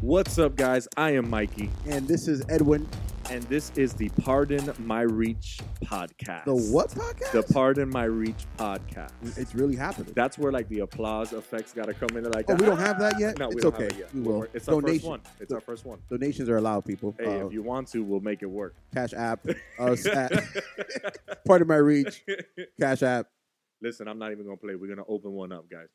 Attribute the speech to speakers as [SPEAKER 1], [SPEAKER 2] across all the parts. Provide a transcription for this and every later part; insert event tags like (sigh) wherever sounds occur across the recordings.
[SPEAKER 1] What's up, guys? I am Mikey,
[SPEAKER 2] And this is Edwin,
[SPEAKER 1] and this is the Pardon My Reach podcast.
[SPEAKER 2] the what podcast?
[SPEAKER 1] The Pardon My Reach podcast.
[SPEAKER 2] It's really happening.
[SPEAKER 1] That's where like the applause effects got to come in. Like,
[SPEAKER 2] oh, we
[SPEAKER 1] "Ah!"
[SPEAKER 2] don't have that yet.
[SPEAKER 1] No, we
[SPEAKER 2] it's
[SPEAKER 1] don't
[SPEAKER 2] okay.
[SPEAKER 1] have it yet.
[SPEAKER 2] We will.
[SPEAKER 1] It's our first
[SPEAKER 2] Donation.
[SPEAKER 1] one. It's our first one.
[SPEAKER 2] Donations are allowed, people.
[SPEAKER 1] Hey,
[SPEAKER 2] Uh,
[SPEAKER 1] if you want to, we'll make it work. (laughs)
[SPEAKER 2] Cash app, us at part of my reach. Cash app.
[SPEAKER 1] listen, I'm not even gonna play. We're gonna open one up, guys.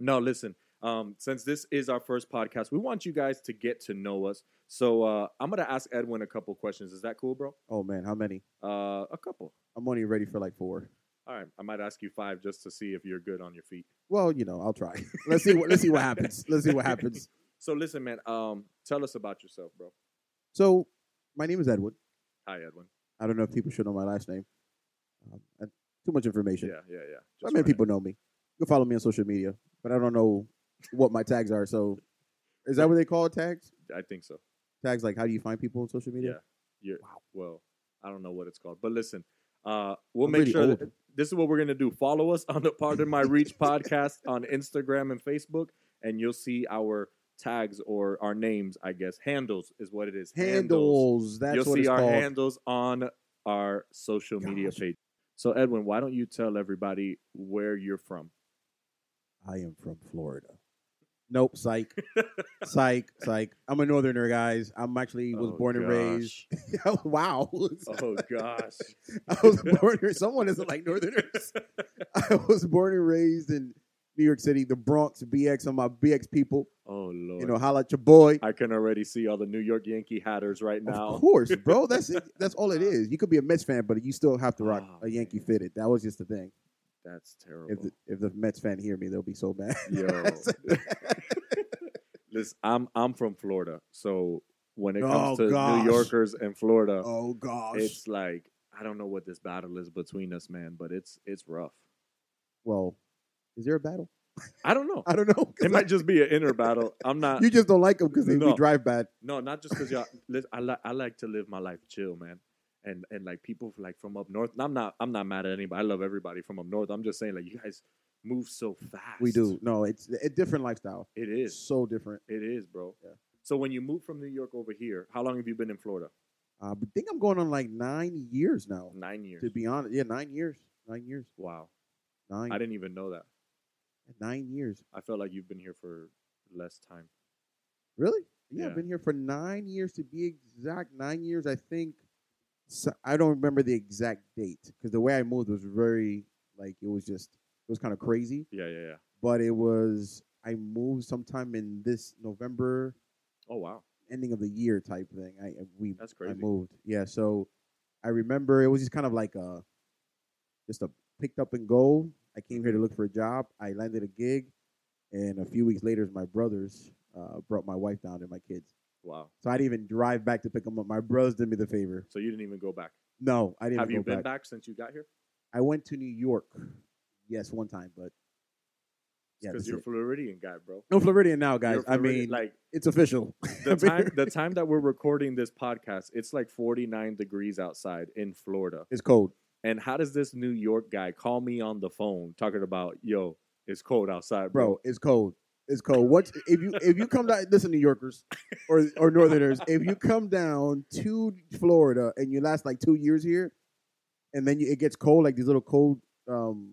[SPEAKER 1] No, listen. Um, since this is our first podcast, we want you guys to get to know us. So uh, I'm gonna ask Edwin a couple questions. Is that cool, bro?
[SPEAKER 2] Oh man, how many?
[SPEAKER 1] Uh, a couple.
[SPEAKER 2] I'm only ready for like four.
[SPEAKER 1] All right, I might ask you five just to see if you're good on your feet.
[SPEAKER 2] Well, you know, I'll try. (laughs) Let's see. What, let's see what happens. Let's see what happens.
[SPEAKER 1] So listen, man. Um, tell us about yourself, bro.
[SPEAKER 2] So, my name is Edwin.
[SPEAKER 1] Hi, Edwin.
[SPEAKER 2] I don't know if people should know my last name. Um, I- too much information.
[SPEAKER 1] Yeah, yeah, yeah.
[SPEAKER 2] I
[SPEAKER 1] Just
[SPEAKER 2] mean,
[SPEAKER 1] wanna-
[SPEAKER 2] people know me. You can follow me on social media, but I don't know what my tags are. So, is that what they call it, tags?
[SPEAKER 1] I think so.
[SPEAKER 2] Tags like how do you find people on social media?
[SPEAKER 1] Yeah. You're, Well, I don't know what it's called, but listen. Uh, we'll
[SPEAKER 2] I'm
[SPEAKER 1] make
[SPEAKER 2] really
[SPEAKER 1] sure that-
[SPEAKER 2] old.
[SPEAKER 1] this is what we're gonna do. Follow us on the Pardon
[SPEAKER 2] (laughs)
[SPEAKER 1] My Reach podcast on Instagram and Facebook, and you'll see our tags or our names, I guess. Handles is what it is.
[SPEAKER 2] Handles. That's
[SPEAKER 1] you'll
[SPEAKER 2] what
[SPEAKER 1] see
[SPEAKER 2] it's
[SPEAKER 1] our
[SPEAKER 2] called.
[SPEAKER 1] handles on our social media
[SPEAKER 2] Gosh.
[SPEAKER 1] page. So Edwin, why don't you tell everybody where you're from?
[SPEAKER 2] I am from Florida. Nope, psych, psych,
[SPEAKER 1] (laughs)
[SPEAKER 2] psych. I'm a northerner, guys. I'm actually was
[SPEAKER 1] Oh,
[SPEAKER 2] born and raised.
[SPEAKER 1] gosh.
[SPEAKER 2] (laughs) wow,
[SPEAKER 1] Oh
[SPEAKER 2] (laughs)
[SPEAKER 1] gosh.
[SPEAKER 2] I
[SPEAKER 1] (laughs)
[SPEAKER 2] was born. here- Someone isn't like northerners. (laughs) I was born and raised in New York City, the Bronx, BX. I'm my BX people.
[SPEAKER 1] Oh lord.
[SPEAKER 2] You know, holla at your boy.
[SPEAKER 1] I can already see all the New York Yankee hatters right now.
[SPEAKER 2] Of course, bro. That's it. That's all it is. You could be a Mets fan, but you still have to rock
[SPEAKER 1] Oh,
[SPEAKER 2] a Yankee
[SPEAKER 1] man.
[SPEAKER 2] fitted. That was just the thing.
[SPEAKER 1] That's terrible.
[SPEAKER 2] If the, if the Mets fan hear me, they'll be so mad. (laughs)
[SPEAKER 1] Yo. (laughs) Listen, I'm I'm from Florida, so when it
[SPEAKER 2] Oh,
[SPEAKER 1] comes to
[SPEAKER 2] gosh.
[SPEAKER 1] New Yorkers and Florida,
[SPEAKER 2] oh gosh.
[SPEAKER 1] it's like I don't know what this battle is between us, man, but it's it's rough.
[SPEAKER 2] well, is there a battle? (laughs)
[SPEAKER 1] I don't know.
[SPEAKER 2] I don't know. 'cause
[SPEAKER 1] It might just be an inner battle. I'm
[SPEAKER 2] I-
[SPEAKER 1] not.
[SPEAKER 2] you just don't like them because they
[SPEAKER 1] No.
[SPEAKER 2] we drive bad.
[SPEAKER 1] No, not just because y'all. (laughs) Listen, I like I like to live my life chill, man, and and like people like from up north. I'm not I'm not mad at anybody. I love everybody from up north. I'm just saying like you guys move so fast.
[SPEAKER 2] We do. No, it's a different lifestyle.
[SPEAKER 1] It
[SPEAKER 2] It's
[SPEAKER 1] is.
[SPEAKER 2] so different.
[SPEAKER 1] It is, bro.
[SPEAKER 2] Yeah.
[SPEAKER 1] So when you moved from New York over here, how long have you been in Florida?
[SPEAKER 2] Uh, I think I'm going on like nine years now.
[SPEAKER 1] Nine years.
[SPEAKER 2] To be honest, yeah, nine years, nine years,
[SPEAKER 1] Wow. I
[SPEAKER 2] nine,
[SPEAKER 1] didn't even know that.
[SPEAKER 2] nine years.
[SPEAKER 1] I felt like you've been here for less time.
[SPEAKER 2] Really? Yeah,
[SPEAKER 1] Yeah.
[SPEAKER 2] I've been here for nine years to be exact. Nine years, I think. So, I don't remember the exact date because the way I moved was very like it was just it was kind of crazy.
[SPEAKER 1] Yeah, yeah, yeah.
[SPEAKER 2] But it was I moved sometime in this November
[SPEAKER 1] Oh wow.
[SPEAKER 2] ending of the year type thing. I we
[SPEAKER 1] That's
[SPEAKER 2] I
[SPEAKER 1] crazy.
[SPEAKER 2] moved. Yeah, so I remember it was just kind of like a just a picked up and go. I came here to look for a job. I landed a gig, and a few weeks later, my brothers uh, brought my wife down and my kids.
[SPEAKER 1] Wow.
[SPEAKER 2] So I didn't even drive back to pick them up. My brothers did me the favor.
[SPEAKER 1] So you didn't even go back.
[SPEAKER 2] No, I didn't
[SPEAKER 1] Have
[SPEAKER 2] go
[SPEAKER 1] you been
[SPEAKER 2] back.
[SPEAKER 1] back. since you got here?
[SPEAKER 2] I went to New York. Yes, one time, but yeah,
[SPEAKER 1] Because
[SPEAKER 2] that's
[SPEAKER 1] you're a
[SPEAKER 2] it.
[SPEAKER 1] Floridian guy, bro.
[SPEAKER 2] I'm Floridian now, guys.
[SPEAKER 1] You're
[SPEAKER 2] I
[SPEAKER 1] Floridian.
[SPEAKER 2] mean,
[SPEAKER 1] like
[SPEAKER 2] it's official. (laughs)
[SPEAKER 1] the time the time (laughs) that we're recording this podcast, it's like 49 degrees outside in Florida.
[SPEAKER 2] it's cold.
[SPEAKER 1] And how does this New York guy call me on the phone talking about, yo, it's cold outside, bro?
[SPEAKER 2] bro. It's cold. It's cold. What if you if you come down? Listen, New Yorkers or or Northerners, if you come down to Florida and you last like two years here, and then you, it gets cold, like these little cold um,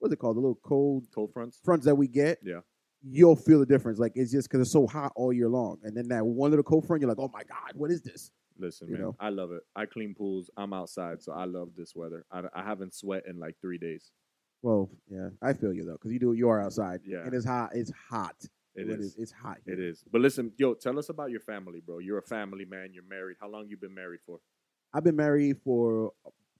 [SPEAKER 2] what's it called? The little cold
[SPEAKER 1] Cold fronts?
[SPEAKER 2] fronts that we get.
[SPEAKER 1] Yeah.
[SPEAKER 2] You'll feel the difference. Like it's just because it's so hot all year long, and then that one little cold front, you're like, oh my god, what is this?
[SPEAKER 1] Listen,
[SPEAKER 2] you
[SPEAKER 1] man,
[SPEAKER 2] know?
[SPEAKER 1] I love it. I clean pools. I'm outside, so I love this weather. I, I haven't sweat in like three days.
[SPEAKER 2] Well, yeah, I feel you though, because you do you are outside.
[SPEAKER 1] Yeah.
[SPEAKER 2] and it's hot. It's hot.
[SPEAKER 1] It
[SPEAKER 2] What
[SPEAKER 1] is.
[SPEAKER 2] It's hot.
[SPEAKER 1] It is. But listen, yo, tell us about your family, bro. You're a family man. You're married. How long you been married for?
[SPEAKER 2] I've been married for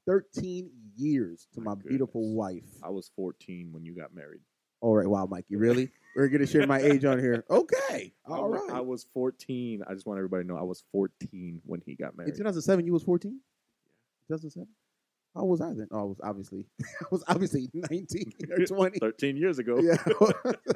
[SPEAKER 2] 13 years to
[SPEAKER 1] My
[SPEAKER 2] my, beautiful
[SPEAKER 1] goodness.
[SPEAKER 2] wife.
[SPEAKER 1] I was 14 when you got married.
[SPEAKER 2] All right, wow,
[SPEAKER 1] (laughs)
[SPEAKER 2] Mikey, really? We're gonna share my age on here. Okay, all
[SPEAKER 1] I, wa- I
[SPEAKER 2] right.
[SPEAKER 1] was 14. I just want everybody to know I was 14 when he got
[SPEAKER 2] In
[SPEAKER 1] married.
[SPEAKER 2] 2007, you was 14. 2007. How was I then? Oh, I was obviously, (laughs) I was
[SPEAKER 1] (laughs)
[SPEAKER 2] obviously 19 or 20.
[SPEAKER 1] 13 years ago.
[SPEAKER 2] (laughs) yeah,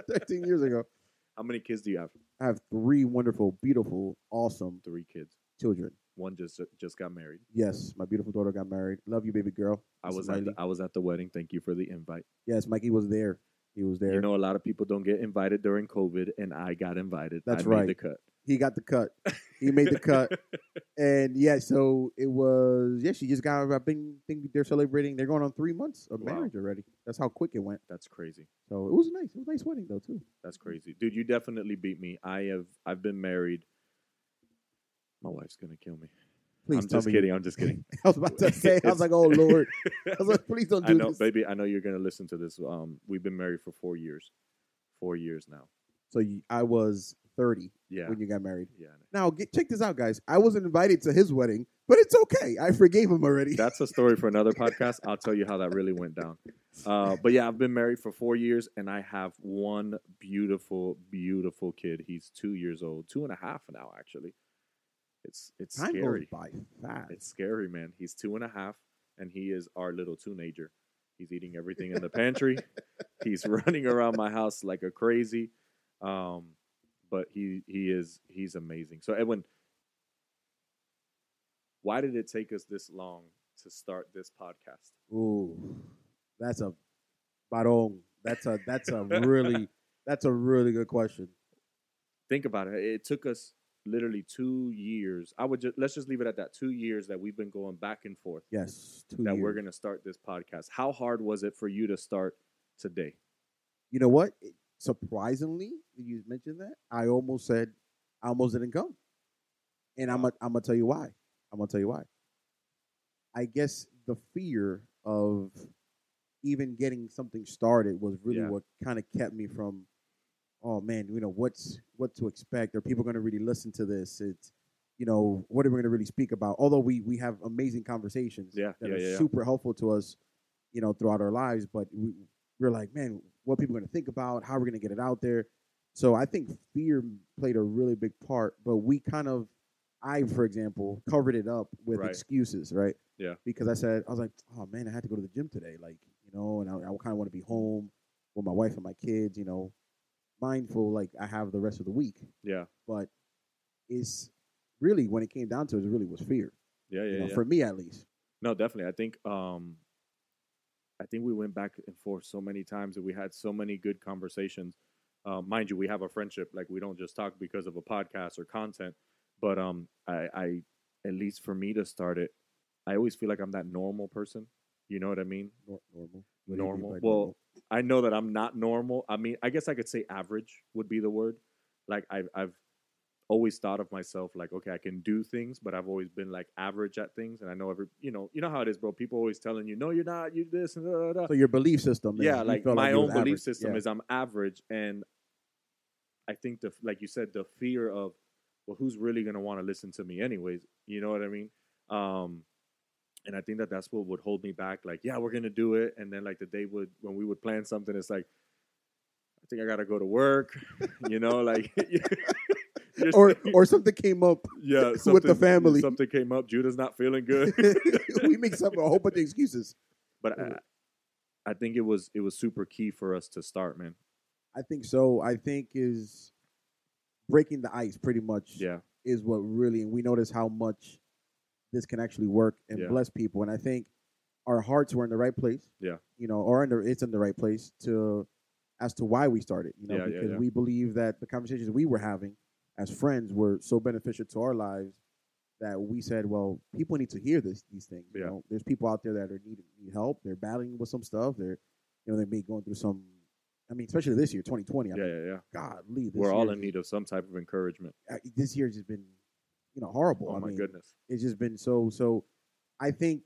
[SPEAKER 2] 13 years ago.
[SPEAKER 1] (laughs) How many kids do you have?
[SPEAKER 2] I have three wonderful, beautiful, awesome
[SPEAKER 1] Three kids.
[SPEAKER 2] children.
[SPEAKER 1] One just uh, just got married.
[SPEAKER 2] Yes, my beautiful daughter got married. Love you, baby girl.
[SPEAKER 1] I
[SPEAKER 2] This
[SPEAKER 1] was
[SPEAKER 2] is
[SPEAKER 1] at the,
[SPEAKER 2] Riley.
[SPEAKER 1] I was at the wedding. Thank you for the invite.
[SPEAKER 2] Yes, Mikey was there. He was there.
[SPEAKER 1] You know, a lot of people don't get invited during COVID, and I got invited.
[SPEAKER 2] That's
[SPEAKER 1] I made
[SPEAKER 2] right.
[SPEAKER 1] the cut.
[SPEAKER 2] He got the cut. He made the
[SPEAKER 1] (laughs)
[SPEAKER 2] cut. And yeah, so it was. Yeah, she just got. I think, think they're celebrating. They're going on three months of
[SPEAKER 1] Wow.
[SPEAKER 2] marriage already. That's how quick it went.
[SPEAKER 1] That's crazy.
[SPEAKER 2] So it was nice. It was a nice wedding though too.
[SPEAKER 1] That's crazy, dude. You definitely beat me. I have. I've been married. My wife's gonna kill me.
[SPEAKER 2] Please
[SPEAKER 1] I'm
[SPEAKER 2] tell
[SPEAKER 1] just
[SPEAKER 2] me.
[SPEAKER 1] kidding. I'm just kidding.
[SPEAKER 2] I was about to say. I was like, oh lord. (laughs) I was like, please
[SPEAKER 1] (laughs)
[SPEAKER 2] don't
[SPEAKER 1] I
[SPEAKER 2] do
[SPEAKER 1] know,
[SPEAKER 2] this.
[SPEAKER 1] baby. I know you're gonna listen to this. Um, we've been married for four years. Four years now.
[SPEAKER 2] So you, I was thirty
[SPEAKER 1] Yeah.
[SPEAKER 2] when you got married.
[SPEAKER 1] Yeah.
[SPEAKER 2] Now get, check this out, guys. I wasn't invited to his wedding, but it's okay. I forgave him already.
[SPEAKER 1] That's a story for another podcast. I'll tell you how that really went down. Uh, but yeah, I've been married for four years, and I have one beautiful, beautiful kid. He's two years old, two and a half now, actually. It's it's
[SPEAKER 2] Time
[SPEAKER 1] scary.
[SPEAKER 2] goes by fast.
[SPEAKER 1] It's scary, man. He's two and a half, and he is our little teenager. He's eating everything in the pantry.
[SPEAKER 2] (laughs)
[SPEAKER 1] He's running around my house like a crazy. Um, but he he is he's amazing. So Edwin, why did it take us this long to start this podcast?
[SPEAKER 2] Ooh, that's a barong. That's a that's a
[SPEAKER 1] (laughs)
[SPEAKER 2] really that's a really good question.
[SPEAKER 1] Think about it. It took us literally two years. I would just let's just leave it at that. Two years that we've been going back and forth.
[SPEAKER 2] Yes, two
[SPEAKER 1] That we're
[SPEAKER 2] years.
[SPEAKER 1] gonna start this podcast. How hard was it for you to start today?
[SPEAKER 2] You know what? It- surprisingly, you mentioned that. I almost said I almost didn't come, and I'm i I'm gonna tell you why. I'm gonna tell you why. I guess the fear of even getting something started was really
[SPEAKER 1] Yeah.
[SPEAKER 2] what kind of kept me from. Oh man, you know what's what to expect? Are people going to really listen to this? It's you know what are we going to really speak about? Although we we have amazing conversations
[SPEAKER 1] Yeah,
[SPEAKER 2] that
[SPEAKER 1] yeah,
[SPEAKER 2] are
[SPEAKER 1] yeah, yeah.
[SPEAKER 2] super helpful to us, you know, throughout our lives. But we, we're like, man, what people going to think about? How we're going to get it out there? So I think fear played a really big part. But we kind of, I for example, covered it up with
[SPEAKER 1] Right.
[SPEAKER 2] excuses, right?
[SPEAKER 1] Yeah.
[SPEAKER 2] Because I said I was like, oh man, I had to go to the gym today, like you know, and I, I kind of want to be home with my wife and my kids, you know, mindful like I have the rest of the week.
[SPEAKER 1] Yeah.
[SPEAKER 2] But it's really when it came down to it, it really was fear,
[SPEAKER 1] Yeah, yeah,
[SPEAKER 2] you know,
[SPEAKER 1] yeah.
[SPEAKER 2] for me at least.
[SPEAKER 1] No, definitely. I think um I think we went back and forth so many times and we had so many good conversations. Uh, mind you, we have a friendship. Like we don't just talk because of a podcast or content. But um I, I at least for me to start it, I always feel like I'm that normal person. You know what I mean?
[SPEAKER 2] Nor- normal. What do you mean
[SPEAKER 1] Normal.
[SPEAKER 2] by
[SPEAKER 1] Well, I know that I'm not normal. I mean, I guess I could say average would be the word. Like I've I've always thought of myself like, okay, I can do things, but I've always been like average at things. And I know every you know you know how it is, bro. People always telling you, no, you're not. You this and da, da, da.
[SPEAKER 2] So your belief system, is-
[SPEAKER 1] yeah.
[SPEAKER 2] you
[SPEAKER 1] Like
[SPEAKER 2] felt
[SPEAKER 1] my
[SPEAKER 2] you
[SPEAKER 1] own
[SPEAKER 2] was
[SPEAKER 1] belief
[SPEAKER 2] average.
[SPEAKER 1] system
[SPEAKER 2] Yeah.
[SPEAKER 1] is I'm average, and I think the like you said the fear of well, who's really gonna want to listen to me anyways? You know what I mean? Um, and I think that that's what would hold me back. Like, yeah, we're gonna do it, and then like the day would when we would plan something, it's like, I think I gotta go to work, (laughs) you know, like, (laughs) you're
[SPEAKER 2] (laughs) or
[SPEAKER 1] saying-
[SPEAKER 2] or something came up. (laughs)
[SPEAKER 1] yeah,
[SPEAKER 2] with the
[SPEAKER 1] something-
[SPEAKER 2] family.
[SPEAKER 1] something came up. Judah's not feeling good,
[SPEAKER 2] (laughs) we mix up a whole bunch of excuses.
[SPEAKER 1] but I, I think it was it was super key for us to start, man.
[SPEAKER 2] I think so. I think is breaking the ice pretty much
[SPEAKER 1] Yeah,
[SPEAKER 2] is what really and we notice how much this can actually work and
[SPEAKER 1] Yeah.
[SPEAKER 2] bless people. And I think our hearts were in the right place.
[SPEAKER 1] Yeah.
[SPEAKER 2] You know, or in the, it's in the right place to as to why we started. You know,
[SPEAKER 1] Yeah, yeah,
[SPEAKER 2] because
[SPEAKER 1] yeah.
[SPEAKER 2] we believe that the conversations we were having as friends were so beneficial to our lives that we said, well, people need to hear this these things. You
[SPEAKER 1] Yeah.
[SPEAKER 2] know, there's people out there that are needing need help. They're battling with some stuff. They're you know, they may be going through some I mean, especially this year, 2020. I
[SPEAKER 1] yeah,
[SPEAKER 2] mean,
[SPEAKER 1] yeah, yeah.
[SPEAKER 2] God, Lee, this
[SPEAKER 1] We're
[SPEAKER 2] year
[SPEAKER 1] all
[SPEAKER 2] has
[SPEAKER 1] in need of some type of encouragement.
[SPEAKER 2] uh, this year's just been, you know, horrible.
[SPEAKER 1] Oh
[SPEAKER 2] I
[SPEAKER 1] my
[SPEAKER 2] mean,
[SPEAKER 1] goodness.
[SPEAKER 2] it's just been so. So, I think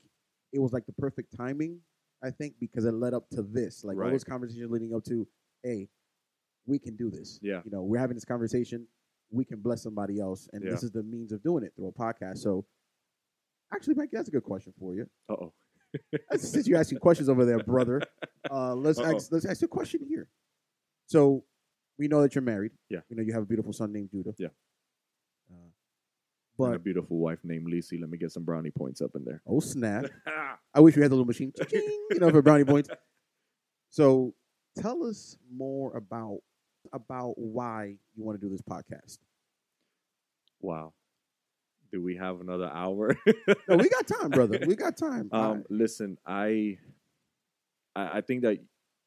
[SPEAKER 2] it was like the perfect timing. I think because it led up to this, like all
[SPEAKER 1] Right.
[SPEAKER 2] those conversations leading up to, hey, we can do this.
[SPEAKER 1] Yeah.
[SPEAKER 2] you know, we're having this conversation. We can bless somebody else, and this is the means of doing it through a podcast. So, actually, Mike, that's a good question for you.
[SPEAKER 1] Uh oh.
[SPEAKER 2] That's- Since you're asking questions over there, brother, uh, let's
[SPEAKER 1] Uh-oh.
[SPEAKER 2] ask, let's ask you a question here. So we know that you're married.
[SPEAKER 1] Yeah.
[SPEAKER 2] We know you have a beautiful son named Judah.
[SPEAKER 1] Yeah.
[SPEAKER 2] Uh,
[SPEAKER 1] and a
[SPEAKER 2] but
[SPEAKER 1] beautiful wife named Lisi. Let me get some brownie points up in there.
[SPEAKER 2] oh snap! I wish we had the little machine, Ching, you know, for brownie points. So tell us more about about why you want to do this podcast.
[SPEAKER 1] (laughs) wow. Do we have another hour? (laughs)
[SPEAKER 2] No, we got time, brother. We got time.
[SPEAKER 1] um,
[SPEAKER 2] Alright.
[SPEAKER 1] Listen, I, I I think that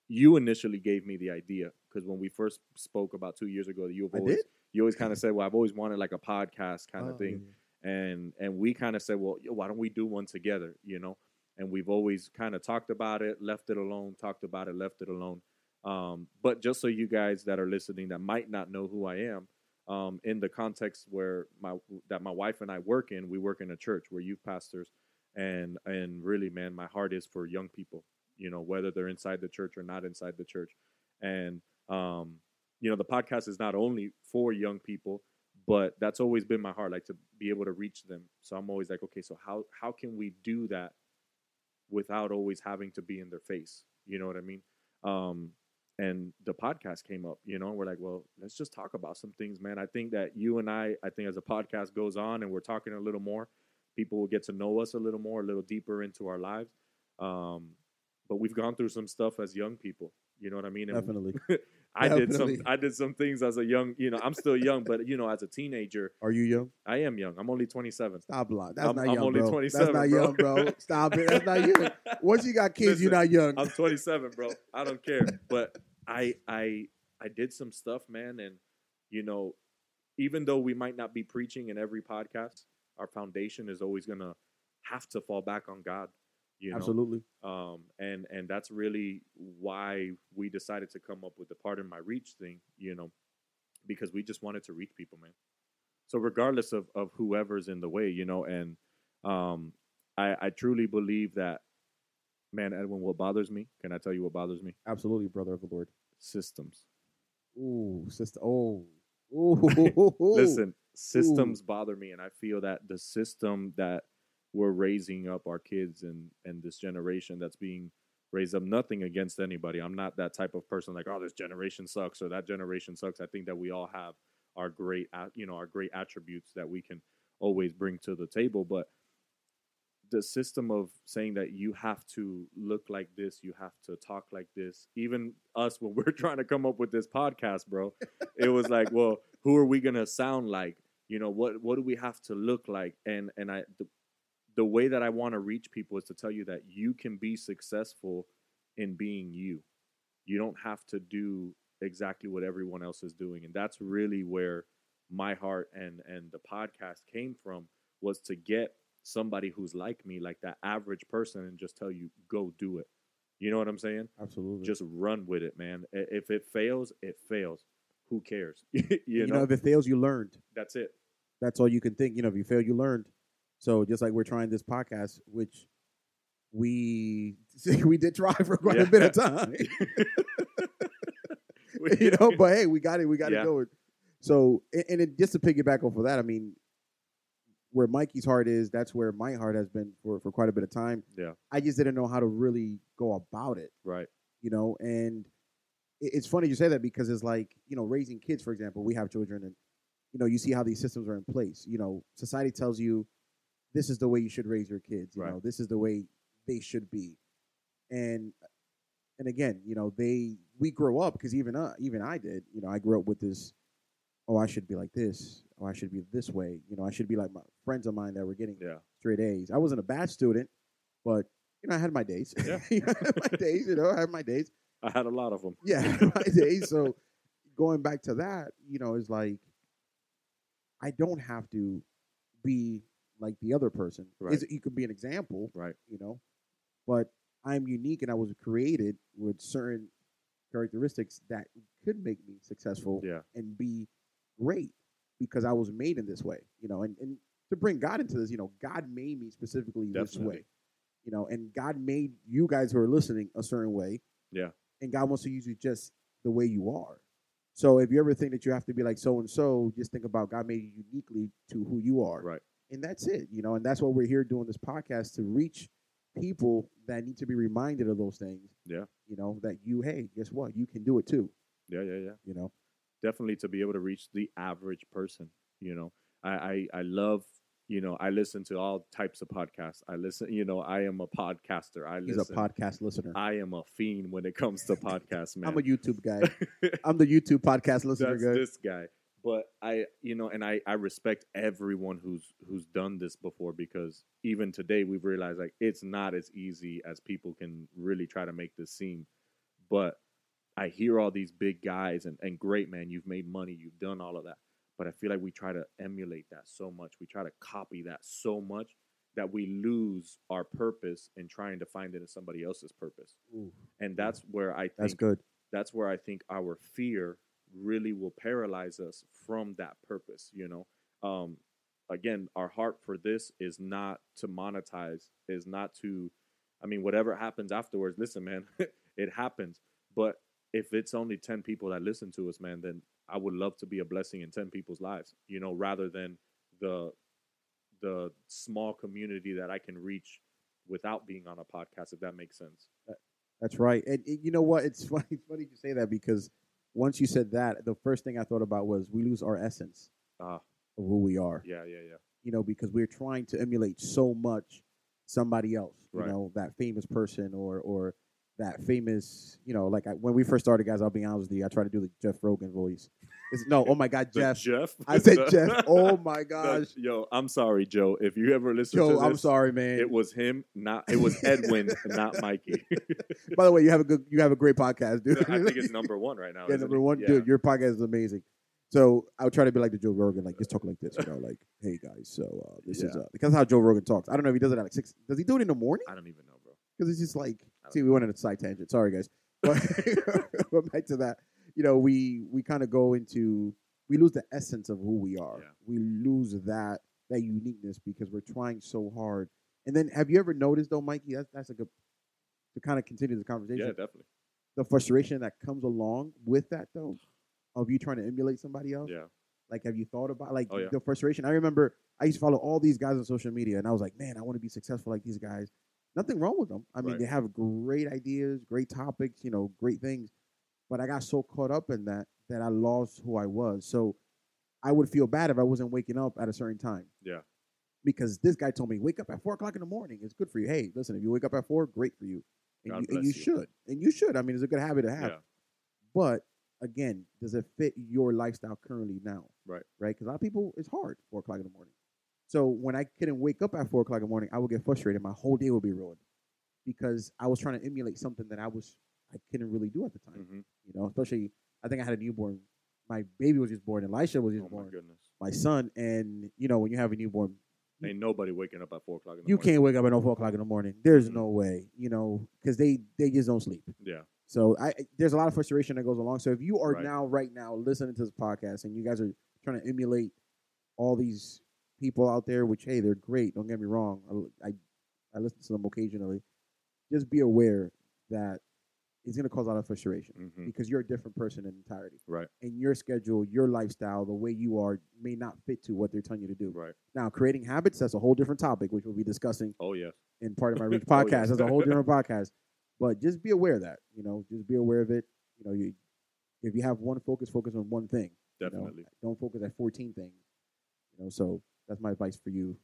[SPEAKER 1] you initially gave me the idea because when we first spoke about two years ago, you have
[SPEAKER 2] I
[SPEAKER 1] always
[SPEAKER 2] did?
[SPEAKER 1] you always
[SPEAKER 2] (laughs)
[SPEAKER 1] kind of said, "Well, I've always wanted like a podcast kind of
[SPEAKER 2] Oh,
[SPEAKER 1] thing,"
[SPEAKER 2] yeah.
[SPEAKER 1] and and we kind of said, "Well, yo, why don't we do one together?" You know, and we've always kind of talked about it, left it alone, talked about it, left it alone. Um, but just so you guys that are listening that might not know who I am, um, in the context where my that my wife and I work in, we work in a church. We're youth pastors, and and really, man, my heart is for young people. You know, whether they're inside the church or not inside the church, and um, you know, the podcast is not only for young people, but that's always been my heart, like to be able to reach them. So I'm always like, okay, so how how can we do that without always having to be in their face? You know what I mean? Um, and the podcast came up, you know, and we're like, well, let's just talk about some things, man. I think that you and I, I think as the podcast goes on and we're talking a little more, people will get to know us a little more, a little deeper into our lives. Um, but we've gone through some stuff as young people, you know what I mean? And
[SPEAKER 2] Definitely.
[SPEAKER 1] I did some
[SPEAKER 2] Definitely.
[SPEAKER 1] I did some things as a young, you know, I'm still young, but you know, as a teenager,
[SPEAKER 2] Are you young?
[SPEAKER 1] I am young. I'm only 27.
[SPEAKER 2] Stop lying. That's
[SPEAKER 1] I'm-
[SPEAKER 2] not
[SPEAKER 1] I'm
[SPEAKER 2] young,
[SPEAKER 1] only
[SPEAKER 2] bro.
[SPEAKER 1] 27,
[SPEAKER 2] That's not
[SPEAKER 1] bro.
[SPEAKER 2] young, bro. Stop it.
[SPEAKER 1] (laughs)
[SPEAKER 2] That's not young. Once you got kids, you're not young.
[SPEAKER 1] I'm 27, bro. I don't care. But I I I did some stuff, man, and you know, even though we might not be preaching in every podcast, our foundation is always going to have to fall back on God, you know.
[SPEAKER 2] Absolutely.
[SPEAKER 1] um, and and that's really why we decided to come up with the pardon my reach thing, you know, because we just wanted to reach people, man. So regardless of of whoever's in the way, you know, and um, I I truly believe that, man, Edwin, what bothers me? Can I tell you what bothers me?
[SPEAKER 2] Absolutely, brother of the Lord.
[SPEAKER 1] Systems.
[SPEAKER 2] Ooh, sister. (laughs) Oh. Ooh.
[SPEAKER 1] Listen, systems bother me, and I feel that the system that we're raising up our kids and and this generation that's being raised up. Nothing against anybody. I'm not that type of person. Like, oh, this generation sucks or that generation sucks. I think that we all have our great, at- you know, our great attributes that we can always bring to the table, but. The system of saying that you have to look like this, you have to talk like this. Even us, when (laughs) we're trying to come up with this podcast, bro, it was like, well, who are we gonna sound like? You know, what what do we have to look like? And and I the, the way that I want to reach people is to tell you that you can be successful in being you. You don't have to do exactly what everyone else is doing, and that's really where my heart and and the podcast came from was to get somebody who's like me, like that average person, and just tell you go do it. You know what I'm saying?
[SPEAKER 2] Absolutely.
[SPEAKER 1] just run with it, man. I- If it fails, it fails. Who cares? (laughs) you,
[SPEAKER 2] you
[SPEAKER 1] know,
[SPEAKER 2] know, if it fails, you learned.
[SPEAKER 1] that's it.
[SPEAKER 2] that's all you can think. You know, if you fail, you learned. So just like we're trying this podcast, which we (laughs) we did try for quite a
[SPEAKER 1] Yeah. (laughs)
[SPEAKER 2] bit of time, (laughs) (laughs) you know. But hey, we got it. We got
[SPEAKER 1] Yeah.
[SPEAKER 2] it going. So and, and it, just to piggyback off of that, I mean, where Mikey's heart is, that's where my heart has been for for quite a bit of time.
[SPEAKER 1] Yeah.
[SPEAKER 2] I just didn't know how to really go about it
[SPEAKER 1] (laughs) right,
[SPEAKER 2] you know and it- it's funny you say that because it's like you know raising kids for example we have children and you know you see how these systems are in place you know society tells you this is the way you should raise your kids you
[SPEAKER 1] Right.
[SPEAKER 2] know this is the way they should be and and again you know they we grow up because even uh, even i did you know i grew up with this oh i should be like this oh i should be this way you know i should be like my friends of mine that were getting
[SPEAKER 1] yeah,
[SPEAKER 2] straight A's. I wasn't a bad student, but you know, I had my days.
[SPEAKER 1] Yeah.
[SPEAKER 2] (laughs) You know, I had my days, you know, I had my days.
[SPEAKER 1] I had a lot of them.
[SPEAKER 2] (laughs) Yeah, I had my days. So going back to that, you know, is like I don't have to be like the other person.
[SPEAKER 1] Right.
[SPEAKER 2] Is you could be an example,
[SPEAKER 1] Right.
[SPEAKER 2] You know, but I'm unique and I was created with certain characteristics that could make me successful
[SPEAKER 1] Yeah,
[SPEAKER 2] and be great because I was made in this way, you know, and, and to bring God into this, you know, God made me specifically this
[SPEAKER 1] Definitely.
[SPEAKER 2] way, you know, and God made you guys who are listening a certain way.
[SPEAKER 1] Yeah.
[SPEAKER 2] And God wants to use you just the way you are. So if you ever think that you have to be like so and so, just think about God made you uniquely to who you are.
[SPEAKER 1] Right.
[SPEAKER 2] And that's it, you know, and that's why we're here doing this podcast to reach people that need to be reminded of those things.
[SPEAKER 1] Yeah.
[SPEAKER 2] You know, that you, hey, guess what? You can do it too,
[SPEAKER 1] yeah, yeah, yeah.
[SPEAKER 2] you know.
[SPEAKER 1] Definitely to be able to reach the average person. You know, I, I, I love. You know, I listen to all types of podcasts. I listen. You know, I am a podcaster. I
[SPEAKER 2] He's
[SPEAKER 1] listen.
[SPEAKER 2] a podcast listener.
[SPEAKER 1] I am a fiend when it comes to
[SPEAKER 2] (laughs)
[SPEAKER 1] podcasts, man.
[SPEAKER 2] I'm a YouTube
[SPEAKER 1] (laughs)
[SPEAKER 2] guy. I'm the YouTube podcast listener
[SPEAKER 1] That's
[SPEAKER 2] guy.
[SPEAKER 1] this guy. But I, you know, and I, I respect everyone who's who's done this before because even today we've realized like it's not as easy as people can really try to make this seem. But I hear all these big guys and, and great man, you've made money, you've done all of that. But I feel like we try to emulate that so much. We try to copy that so much that we lose our purpose in trying to find it in somebody else's purpose.
[SPEAKER 2] Ooh,
[SPEAKER 1] And that's where I think
[SPEAKER 2] that's good.
[SPEAKER 1] that's where I think our fear really will paralyze us from that purpose. You know, um, again, our heart for this is not to monetize, is not to, I mean, whatever happens afterwards. Listen, man, (laughs) it happens. But if it's only ten people that listen to us, man, then I would love to be a blessing in ten people's lives. You know, rather than the the small community that I can reach without being on a podcast, if that makes sense.
[SPEAKER 2] That's right. And, and you know what? It's (laughs) funny. It's funny you say that because once you said that, the first thing I thought about was we lose our essence
[SPEAKER 1] Ah.
[SPEAKER 2] of who we are.
[SPEAKER 1] Yeah, yeah, yeah.
[SPEAKER 2] You know, because we're trying to emulate so much somebody else. You
[SPEAKER 1] Right.
[SPEAKER 2] know, that famous person or or that famous. You know, like I, when we first started, guys. I'll be honest with you. I tried to do the Jeff Rogan voice. It's, no, oh my God,
[SPEAKER 1] (laughs) The
[SPEAKER 2] Jeff.
[SPEAKER 1] Jeff.
[SPEAKER 2] I said
[SPEAKER 1] (laughs) The-
[SPEAKER 2] Jeff. Oh my
[SPEAKER 1] the- (laughs)
[SPEAKER 2] gosh,
[SPEAKER 1] yo, I'm sorry, Joe. If you ever listen to
[SPEAKER 2] Joe.
[SPEAKER 1] this,
[SPEAKER 2] I'm sorry, man.
[SPEAKER 1] It was him, not it was Edwin, (laughs) not
[SPEAKER 2] (laughs)
[SPEAKER 1] Mikey.
[SPEAKER 2] By the way, you have a good, you have a great podcast, dude.
[SPEAKER 1] I think
[SPEAKER 2] (laughs)
[SPEAKER 1] it's number one right now.
[SPEAKER 2] Yeah,
[SPEAKER 1] isn't
[SPEAKER 2] number
[SPEAKER 1] it?
[SPEAKER 2] one,
[SPEAKER 1] Yeah.
[SPEAKER 2] dude, your podcast is amazing. So I would try to be like the Joe Rogan, like just talk like this, you know, like, hey guys, so uh, this is
[SPEAKER 1] Yeah.
[SPEAKER 2] uh, because how Joe Rogan talks. I don't know if he does it at like six. Does he do it in the morning?
[SPEAKER 1] I don't even know, bro.
[SPEAKER 2] Because it's just like,
[SPEAKER 1] don't
[SPEAKER 2] see, we went on a side tangent. Sorry, guys, (laughs) but, but back to that. You know, we we kind of go into we lose the essence of who we are.
[SPEAKER 1] Yeah.
[SPEAKER 2] We lose that that uniqueness because we're trying so hard. And then, have you ever noticed though, Mikey? That's that's a good to kind of continue the conversation
[SPEAKER 1] Yeah, definitely.
[SPEAKER 2] the frustration that comes along with that though of you trying to emulate somebody else
[SPEAKER 1] Yeah,
[SPEAKER 2] like have you thought about like
[SPEAKER 1] Oh, yeah.
[SPEAKER 2] the frustration i remember i used to follow all these guys on social media and i was like man i want to be successful like these guys nothing wrong with them i mean
[SPEAKER 1] Right.
[SPEAKER 2] they have great ideas great topics you know great things but i got so caught up in that that i lost who i was so i would feel bad if i wasn't waking up at a certain time
[SPEAKER 1] Yeah.
[SPEAKER 2] because this guy told me wake up at four o'clock in the morning it's good for you hey listen if you wake up at four great for you and,
[SPEAKER 1] God
[SPEAKER 2] you,
[SPEAKER 1] bless
[SPEAKER 2] and
[SPEAKER 1] you.
[SPEAKER 2] you should and you should i mean it's a good habit to have
[SPEAKER 1] yeah,
[SPEAKER 2] but again, does it fit your lifestyle currently now?
[SPEAKER 1] Right.
[SPEAKER 2] Right. Because a lot of people, it's hard four o'clock in the morning. So when I couldn't wake up at four o'clock in the morning, I would get frustrated. My whole day would be ruined because I was trying to emulate something that I was I couldn't really do at the time.
[SPEAKER 1] Mhm.
[SPEAKER 2] You know, especially I think I had a newborn. My baby was just born. Elisha was just
[SPEAKER 1] Oh my
[SPEAKER 2] born.
[SPEAKER 1] goodness,
[SPEAKER 2] My son, and you know, when you have a newborn,
[SPEAKER 1] ain't nobody waking up at four o'clock in the
[SPEAKER 2] you
[SPEAKER 1] morning.
[SPEAKER 2] can't wake up at four o'clock in the morning. There's
[SPEAKER 1] Mhm.
[SPEAKER 2] no way. You know, because they they just don't sleep.
[SPEAKER 1] Yeah,
[SPEAKER 2] So I I- there's a lot of frustration that goes along. So if you are
[SPEAKER 1] Right.
[SPEAKER 2] now right now listening to this podcast and you guys are trying to emulate all these people out there, which hey, they're great. Don't get me wrong. I I, I listen to them occasionally. Just be aware that it's going to cause a lot of frustration
[SPEAKER 1] hmm
[SPEAKER 2] because you're a different person in entirety.
[SPEAKER 1] Right.
[SPEAKER 2] And your schedule, your lifestyle, the way you are may not fit to what they're telling you to do.
[SPEAKER 1] right.
[SPEAKER 2] Now, creating habits, that's a whole different topic, which we'll be discussing
[SPEAKER 1] Oh yeah,
[SPEAKER 2] in part of my Reach
[SPEAKER 1] (laughs) Oh,
[SPEAKER 2] podcast.
[SPEAKER 1] yes.
[SPEAKER 2] That's a whole different podcast. But just be aware of that, you know, just be aware of it. You know, you if you have one focus, focus on one thing. you know.
[SPEAKER 1] definitely.
[SPEAKER 2] Don't focus at fourteen things. You know, so that's my advice for you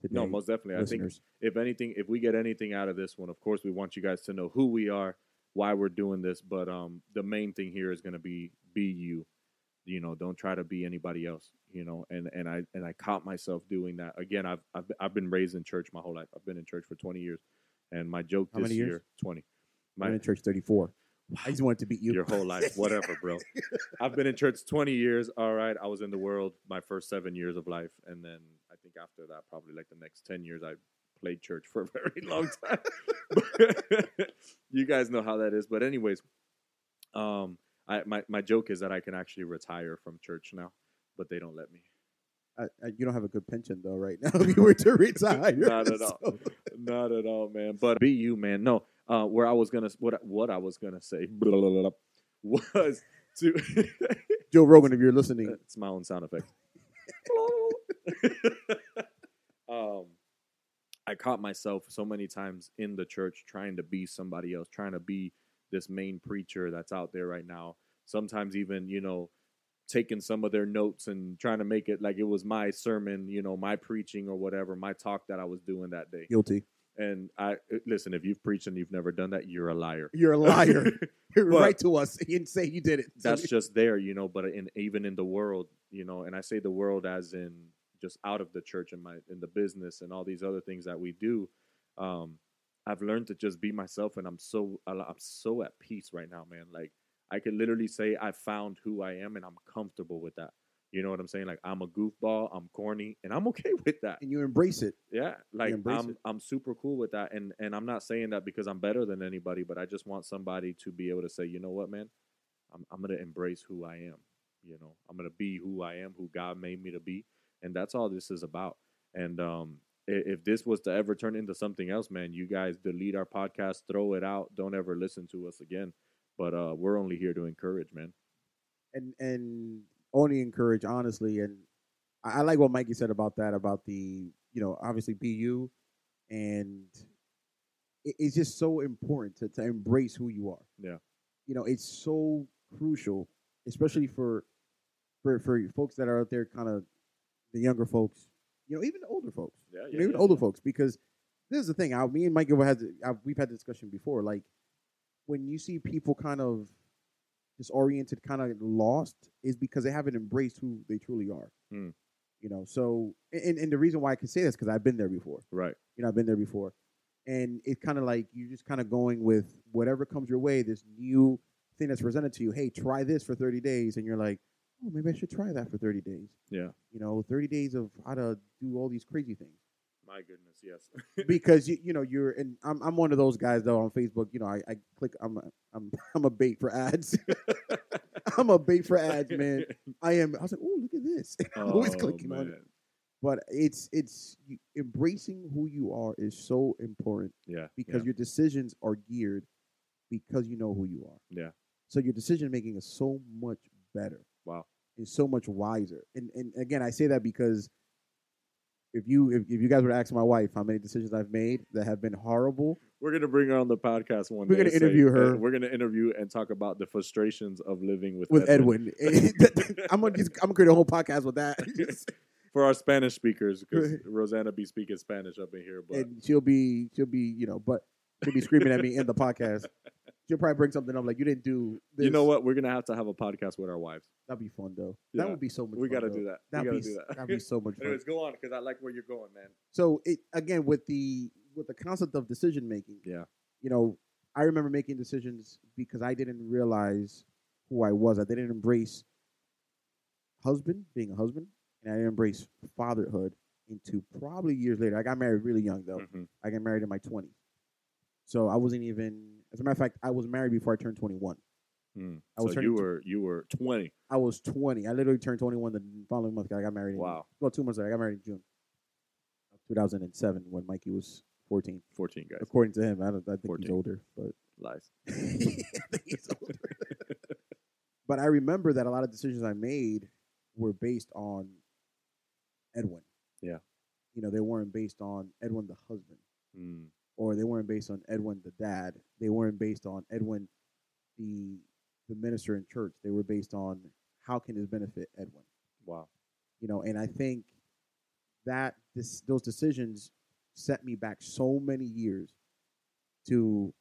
[SPEAKER 2] today.
[SPEAKER 1] No, most definitely. I think
[SPEAKER 2] listeners.
[SPEAKER 1] if anything, if we get anything out of this one, of course, we want you guys to know who we are, why we're doing this. But um, the main thing here is going to be be you. You know, don't try to be anybody else. You know, and and I and I caught myself doing that again. I've I've, I've been raised in church my whole life. I've been in church for twenty years, and my joke
[SPEAKER 2] How
[SPEAKER 1] this
[SPEAKER 2] many years?
[SPEAKER 1] year twenty.
[SPEAKER 2] I'm
[SPEAKER 1] My
[SPEAKER 2] in church
[SPEAKER 1] (sighs)
[SPEAKER 2] thirty four. I just wanted to beat you.
[SPEAKER 1] your whole life, whatever, bro. I've been in church 20 years. All right, I was in the world my first seven years of life, and then I think after that, probably like the next 10 years, I played church for a (laughs) very long time. (laughs) you guys know how that is, but anyways, um, I my my joke is that I can actually retire from church now, but they don't let me.
[SPEAKER 2] I, I, you don't have a good pension though, right now. (laughs) if you were to retire,
[SPEAKER 1] (laughs) Not at all.
[SPEAKER 2] So,
[SPEAKER 1] Not at all, man. But be you, man. No, uh, where I was gonna what I- what I was gonna say (laughs) blah, blah, blah, blah, was to. (laughs)
[SPEAKER 2] Joe Rogan, if you're listening,
[SPEAKER 1] It's my own sound effect. um, I caught myself so many times in the church trying to be somebody else, trying to be this main preacher that's out there right now. Sometimes even, you know, taking some of their notes and trying to make it like it was my sermon, you know, my preaching or whatever, my talk that I was doing that day. (laughs)
[SPEAKER 2] guilty.
[SPEAKER 1] And I listen, if you've preached and you've never done that, you're a liar.
[SPEAKER 2] You're a liar. Write
[SPEAKER 1] (laughs) But-
[SPEAKER 2] to us and say you did it. (laughs)
[SPEAKER 1] that's just there, you know. But in even in the world, you know, and I say the world as in just out of the church and my in the business and all these other things that we do. Um, I've learned to just be myself, and I'm so I'm so at peace right now, man. Like I could literally say I found who I am, and I'm comfortable with that. You know what I'm saying? Like I'm a goofball, I'm corny, and I'm (laughs) okay with that.
[SPEAKER 2] and you embrace it.
[SPEAKER 1] Yeah, like
[SPEAKER 2] embrace
[SPEAKER 1] I'm
[SPEAKER 2] it.
[SPEAKER 1] I'm super cool with that, and and I'm not saying that because I'm better than anybody, but I just want somebody to be able to say, you know what, man, I'm I'm gonna embrace who I am. You know, I'm gonna be who I am, who God made me to be, and that's all this is about. And um, i- if this was to ever turn into something else, man, you guys delete our podcast, throw it out, don't ever listen to us again. But uh, we're only here to encourage, man.
[SPEAKER 2] and and only encourage honestly and I, I like what mikey said about that about the you know obviously bu and it, it's just so important to, to embrace who you are
[SPEAKER 1] Yeah.
[SPEAKER 2] you know it's so crucial especially for for for folks that are out there kind of the younger folks you know even the older folks
[SPEAKER 1] Yeah,
[SPEAKER 2] you know, even older folks, because this is the thing. I, me and Mike have had I, we've had the discussion before. Like when you see people kind of disoriented, kind of lost, is because they haven't embraced who they truly are.
[SPEAKER 1] Hmm.
[SPEAKER 2] You know, so and and the reason why I can say this because I've been there before.
[SPEAKER 1] Right.
[SPEAKER 2] You know, I've been there before, and it's kind of like you're just kind of going with whatever comes your way. This new thing that's presented to you. Hey, try this for 30 days, and you're like, oh, maybe I should try that for 30 days.
[SPEAKER 1] Yeah.
[SPEAKER 2] You know, 30 days of how to do all these crazy things
[SPEAKER 1] My goodness. Yes.
[SPEAKER 2] because you you know you're and I'm I'm one of those guys though on Facebook. You know I, I click I'm a, I'm (laughs) I'm a bait for ads. (laughs) I'm a bait for
[SPEAKER 1] (laughs)
[SPEAKER 2] ads, man. (laughs) I am. I was like, oh look at this. (laughs) I'm always clicking on it. But it's it's you, embracing who you are is so important
[SPEAKER 1] Yeah.
[SPEAKER 2] because your decisions are geared because you know who you are.
[SPEAKER 1] Yeah.
[SPEAKER 2] So your decision making is so much better
[SPEAKER 1] Wow.
[SPEAKER 2] is so much wiser. And and again, I say that because if you if, if you guys were to ask my wife how many decisions I've made that have been horrible,
[SPEAKER 1] We're gonna bring her on the podcast one day.
[SPEAKER 2] We're gonna
[SPEAKER 1] and say-
[SPEAKER 2] interview her.
[SPEAKER 1] uh, We're gonna interview and talk about the frustrations of living with
[SPEAKER 2] with Edwin, (laughs) I'm gonna just, I'm gonna create a whole podcast
[SPEAKER 1] (laughs)
[SPEAKER 2] with that, (laughs)
[SPEAKER 1] For our Spanish speakers, because
[SPEAKER 2] Right.
[SPEAKER 1] Rosanna be speaking Spanish up in here, but
[SPEAKER 2] and she'll be she'll be you know, but she'll be screaming at me in
[SPEAKER 1] (laughs)
[SPEAKER 2] the podcast. She'll probably bring something up like you didn't do. This.
[SPEAKER 1] you know what? We're gonna have to have a podcast with our wives.
[SPEAKER 2] That'd be fun though.
[SPEAKER 1] Yeah.
[SPEAKER 2] That would be so much.
[SPEAKER 1] We
[SPEAKER 2] fun,
[SPEAKER 1] gotta
[SPEAKER 2] though.
[SPEAKER 1] do that.
[SPEAKER 2] That'd
[SPEAKER 1] we
[SPEAKER 2] be
[SPEAKER 1] gotta do that.
[SPEAKER 2] that'd be so much
[SPEAKER 1] (laughs)
[SPEAKER 2] fun.
[SPEAKER 1] Anyways, go on because I like where you're going, man.
[SPEAKER 2] So it again with the with the concept of decision making.
[SPEAKER 1] Yeah.
[SPEAKER 2] You know, I remember making decisions because I didn't realize who I was. I didn't embrace husband, being a husband, and I didn't embrace fatherhood into probably years later. I got married really young though.
[SPEAKER 1] Mhm.
[SPEAKER 2] I got married in my twenties. So I wasn't even as a matter of fact, I was married before I turned twenty one.
[SPEAKER 1] Mm.
[SPEAKER 2] I was
[SPEAKER 1] So
[SPEAKER 2] turning
[SPEAKER 1] you
[SPEAKER 2] to-
[SPEAKER 1] were you were 20.
[SPEAKER 2] I was twenty. I literally turned twenty one the following month 'cause I got married in
[SPEAKER 1] Wow,
[SPEAKER 2] well two months later. I got married in June of two thousand and seven when Mikey was fourteen.
[SPEAKER 1] 14 guys.
[SPEAKER 2] According to him, I don't. I think
[SPEAKER 1] 14.
[SPEAKER 2] he's older, but (laughs)
[SPEAKER 1] Lies.
[SPEAKER 2] I think he's older. (laughs) but I remember that a lot of decisions I made were based on Edwin.
[SPEAKER 1] Yeah.
[SPEAKER 2] you know, they weren't based on Edwin the husband,
[SPEAKER 1] Mm.
[SPEAKER 2] or they weren't based on Edwin the dad. They weren't based on Edwin the the minister in church. They were based on how can this benefit Edwin (laughs)
[SPEAKER 1] Wow.
[SPEAKER 2] you know and i think that this those decisions set me back so many years to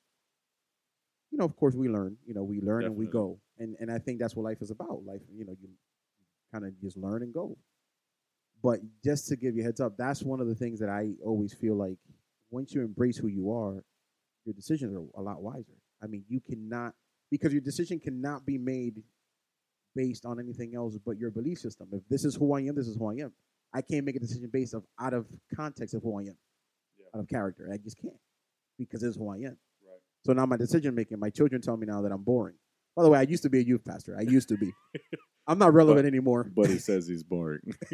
[SPEAKER 2] you know of course we learn you know we learn and we
[SPEAKER 1] Definitely.
[SPEAKER 2] go and and i think that's what life is about life you know you kind of just learn and go but just to give you a heads up that's one of the things that i always feel like once you embrace who you are your decisions are a lot wiser i mean you cannot because your decision cannot be made based on anything else but your belief system. If this is who I am, this is who I am. I can't make a decision based of out of context of who I am,
[SPEAKER 1] Yeah.
[SPEAKER 2] out of character. I just can't because this is who I am.
[SPEAKER 1] Right.
[SPEAKER 2] So now my decision making, my children tell me now that I'm boring. By the way, I used to be a youth pastor. I used
[SPEAKER 1] (laughs)
[SPEAKER 2] to be. I'm not relevant anymore. (laughs)
[SPEAKER 1] But he says he's boring. (laughs)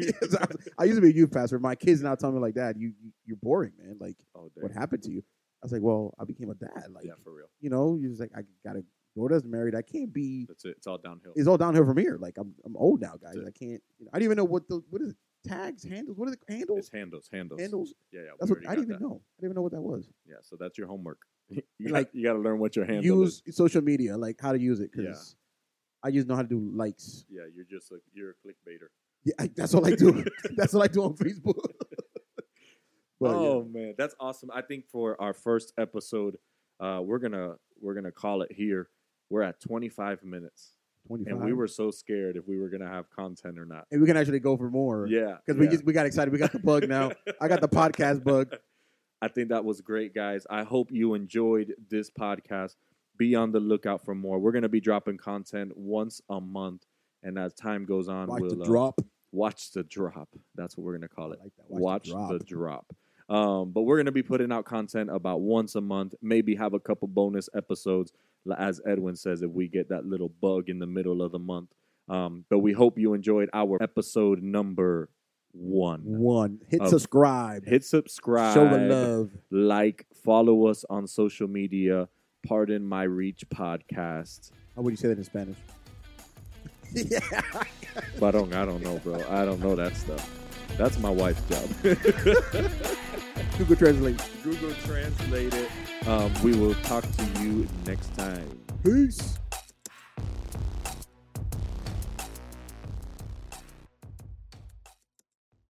[SPEAKER 2] I used to be a youth pastor. My kids now tell me like, Dad, you, you you're boring, man. Like,
[SPEAKER 1] oh, damn.
[SPEAKER 2] what happened to you? I was like, Well, I became a dad. Like,
[SPEAKER 1] Yeah, for real.
[SPEAKER 2] you know, you just like I got a daughter's married. I can't be
[SPEAKER 1] That's it. It's all downhill.
[SPEAKER 2] it's all downhill from here. Like I'm, I'm old now, guys.
[SPEAKER 1] Dude.
[SPEAKER 2] I can't. You know, I didn't even know what the what is it? tags, handles. What are the handles?
[SPEAKER 1] It's handles, handles,
[SPEAKER 2] Handles.
[SPEAKER 1] Yeah, yeah. we
[SPEAKER 2] That's what
[SPEAKER 1] already
[SPEAKER 2] I didn't
[SPEAKER 1] got
[SPEAKER 2] even
[SPEAKER 1] that.
[SPEAKER 2] know. I didn't even know what that was.
[SPEAKER 1] Yeah, so that's your homework. (laughs) you got,
[SPEAKER 2] Like,
[SPEAKER 1] you got to learn what your handle is.
[SPEAKER 2] use social media, like how to use it, because I just know how to do likes.
[SPEAKER 1] Yeah, you're just a, you're a clickbaiter.
[SPEAKER 2] Yeah, I, that's all
[SPEAKER 1] (laughs)
[SPEAKER 2] I do. (laughs) that's all I do on Facebook. (laughs) but
[SPEAKER 1] oh man, that's awesome. I think for our first episode, uh, we're gonna we're gonna call it here. We're at 25 minutes,
[SPEAKER 2] twenty five.
[SPEAKER 1] and we were so scared if we were gonna have content or not.
[SPEAKER 2] and we can actually go for more.
[SPEAKER 1] Yeah,
[SPEAKER 2] because we
[SPEAKER 1] yeah.
[SPEAKER 2] just we got excited. We got
[SPEAKER 1] (laughs)
[SPEAKER 2] the bug now. I got the podcast bug.
[SPEAKER 1] I think that was great, guys. I hope you enjoyed this podcast. Be on the lookout for more. We're going to be dropping content once a month. And as (laughs) time goes on,
[SPEAKER 2] Watch
[SPEAKER 1] we'll
[SPEAKER 2] the
[SPEAKER 1] uh,
[SPEAKER 2] drop.
[SPEAKER 1] watch the drop. That's what we're gonna call it.
[SPEAKER 2] I like that.
[SPEAKER 1] watch, the drop. Um, but we're gonna be putting out content about once a month. Maybe have a couple bonus episodes, l- as Edwin says, if we get that little bug in the middle of the month. Um, but we hope you enjoyed our episode number one.
[SPEAKER 2] One. Hit
[SPEAKER 1] Of-
[SPEAKER 2] subscribe.
[SPEAKER 1] Hit subscribe,
[SPEAKER 2] Show the love.
[SPEAKER 1] like, follow us on social media. Pardon my reach podcast.
[SPEAKER 2] How would you say that in Spanish? (laughs) yeah.
[SPEAKER 1] But I don't, I don't know, bro. I don't know that stuff. That's my wife's job. (laughs)
[SPEAKER 2] Google Translate.
[SPEAKER 1] Google Translate it. Um, we will talk to you next time.
[SPEAKER 2] Peace.